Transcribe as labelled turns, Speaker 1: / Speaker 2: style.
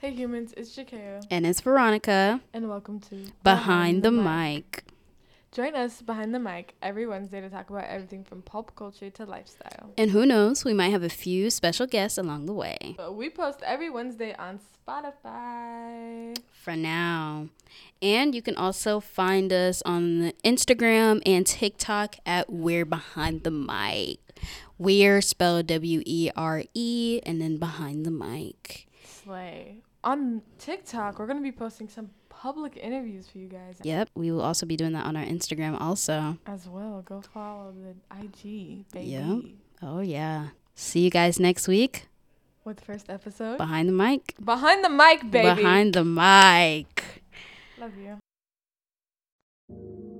Speaker 1: Hey humans, it's Shakira,
Speaker 2: And it's Veronica
Speaker 1: and welcome to Behind,
Speaker 2: behind the mic.
Speaker 1: Join us behind the mic every Wednesday to talk about everything from pulp culture to lifestyle.
Speaker 2: And who knows, we might have a few special guests along the way.
Speaker 1: But Uh, we post every Wednesday on Spotify.
Speaker 2: For now. And you can also find us on Instagram and TikTok at We're Behind the Mic. We're spelled W E R E and then behind the mic.
Speaker 1: Slay. On TikTok, we're gonna be posting some public interviews for you guys
Speaker 2: Yep, we will also be doing that on our Instagram also.
Speaker 1: as well. Go follow the IG baby
Speaker 2: Yep. Oh yeah. See you guys next week.
Speaker 1: with first episode
Speaker 2: Behind the mic.
Speaker 1: behind the mic, baby.
Speaker 2: Behind the mic.
Speaker 1: Love you.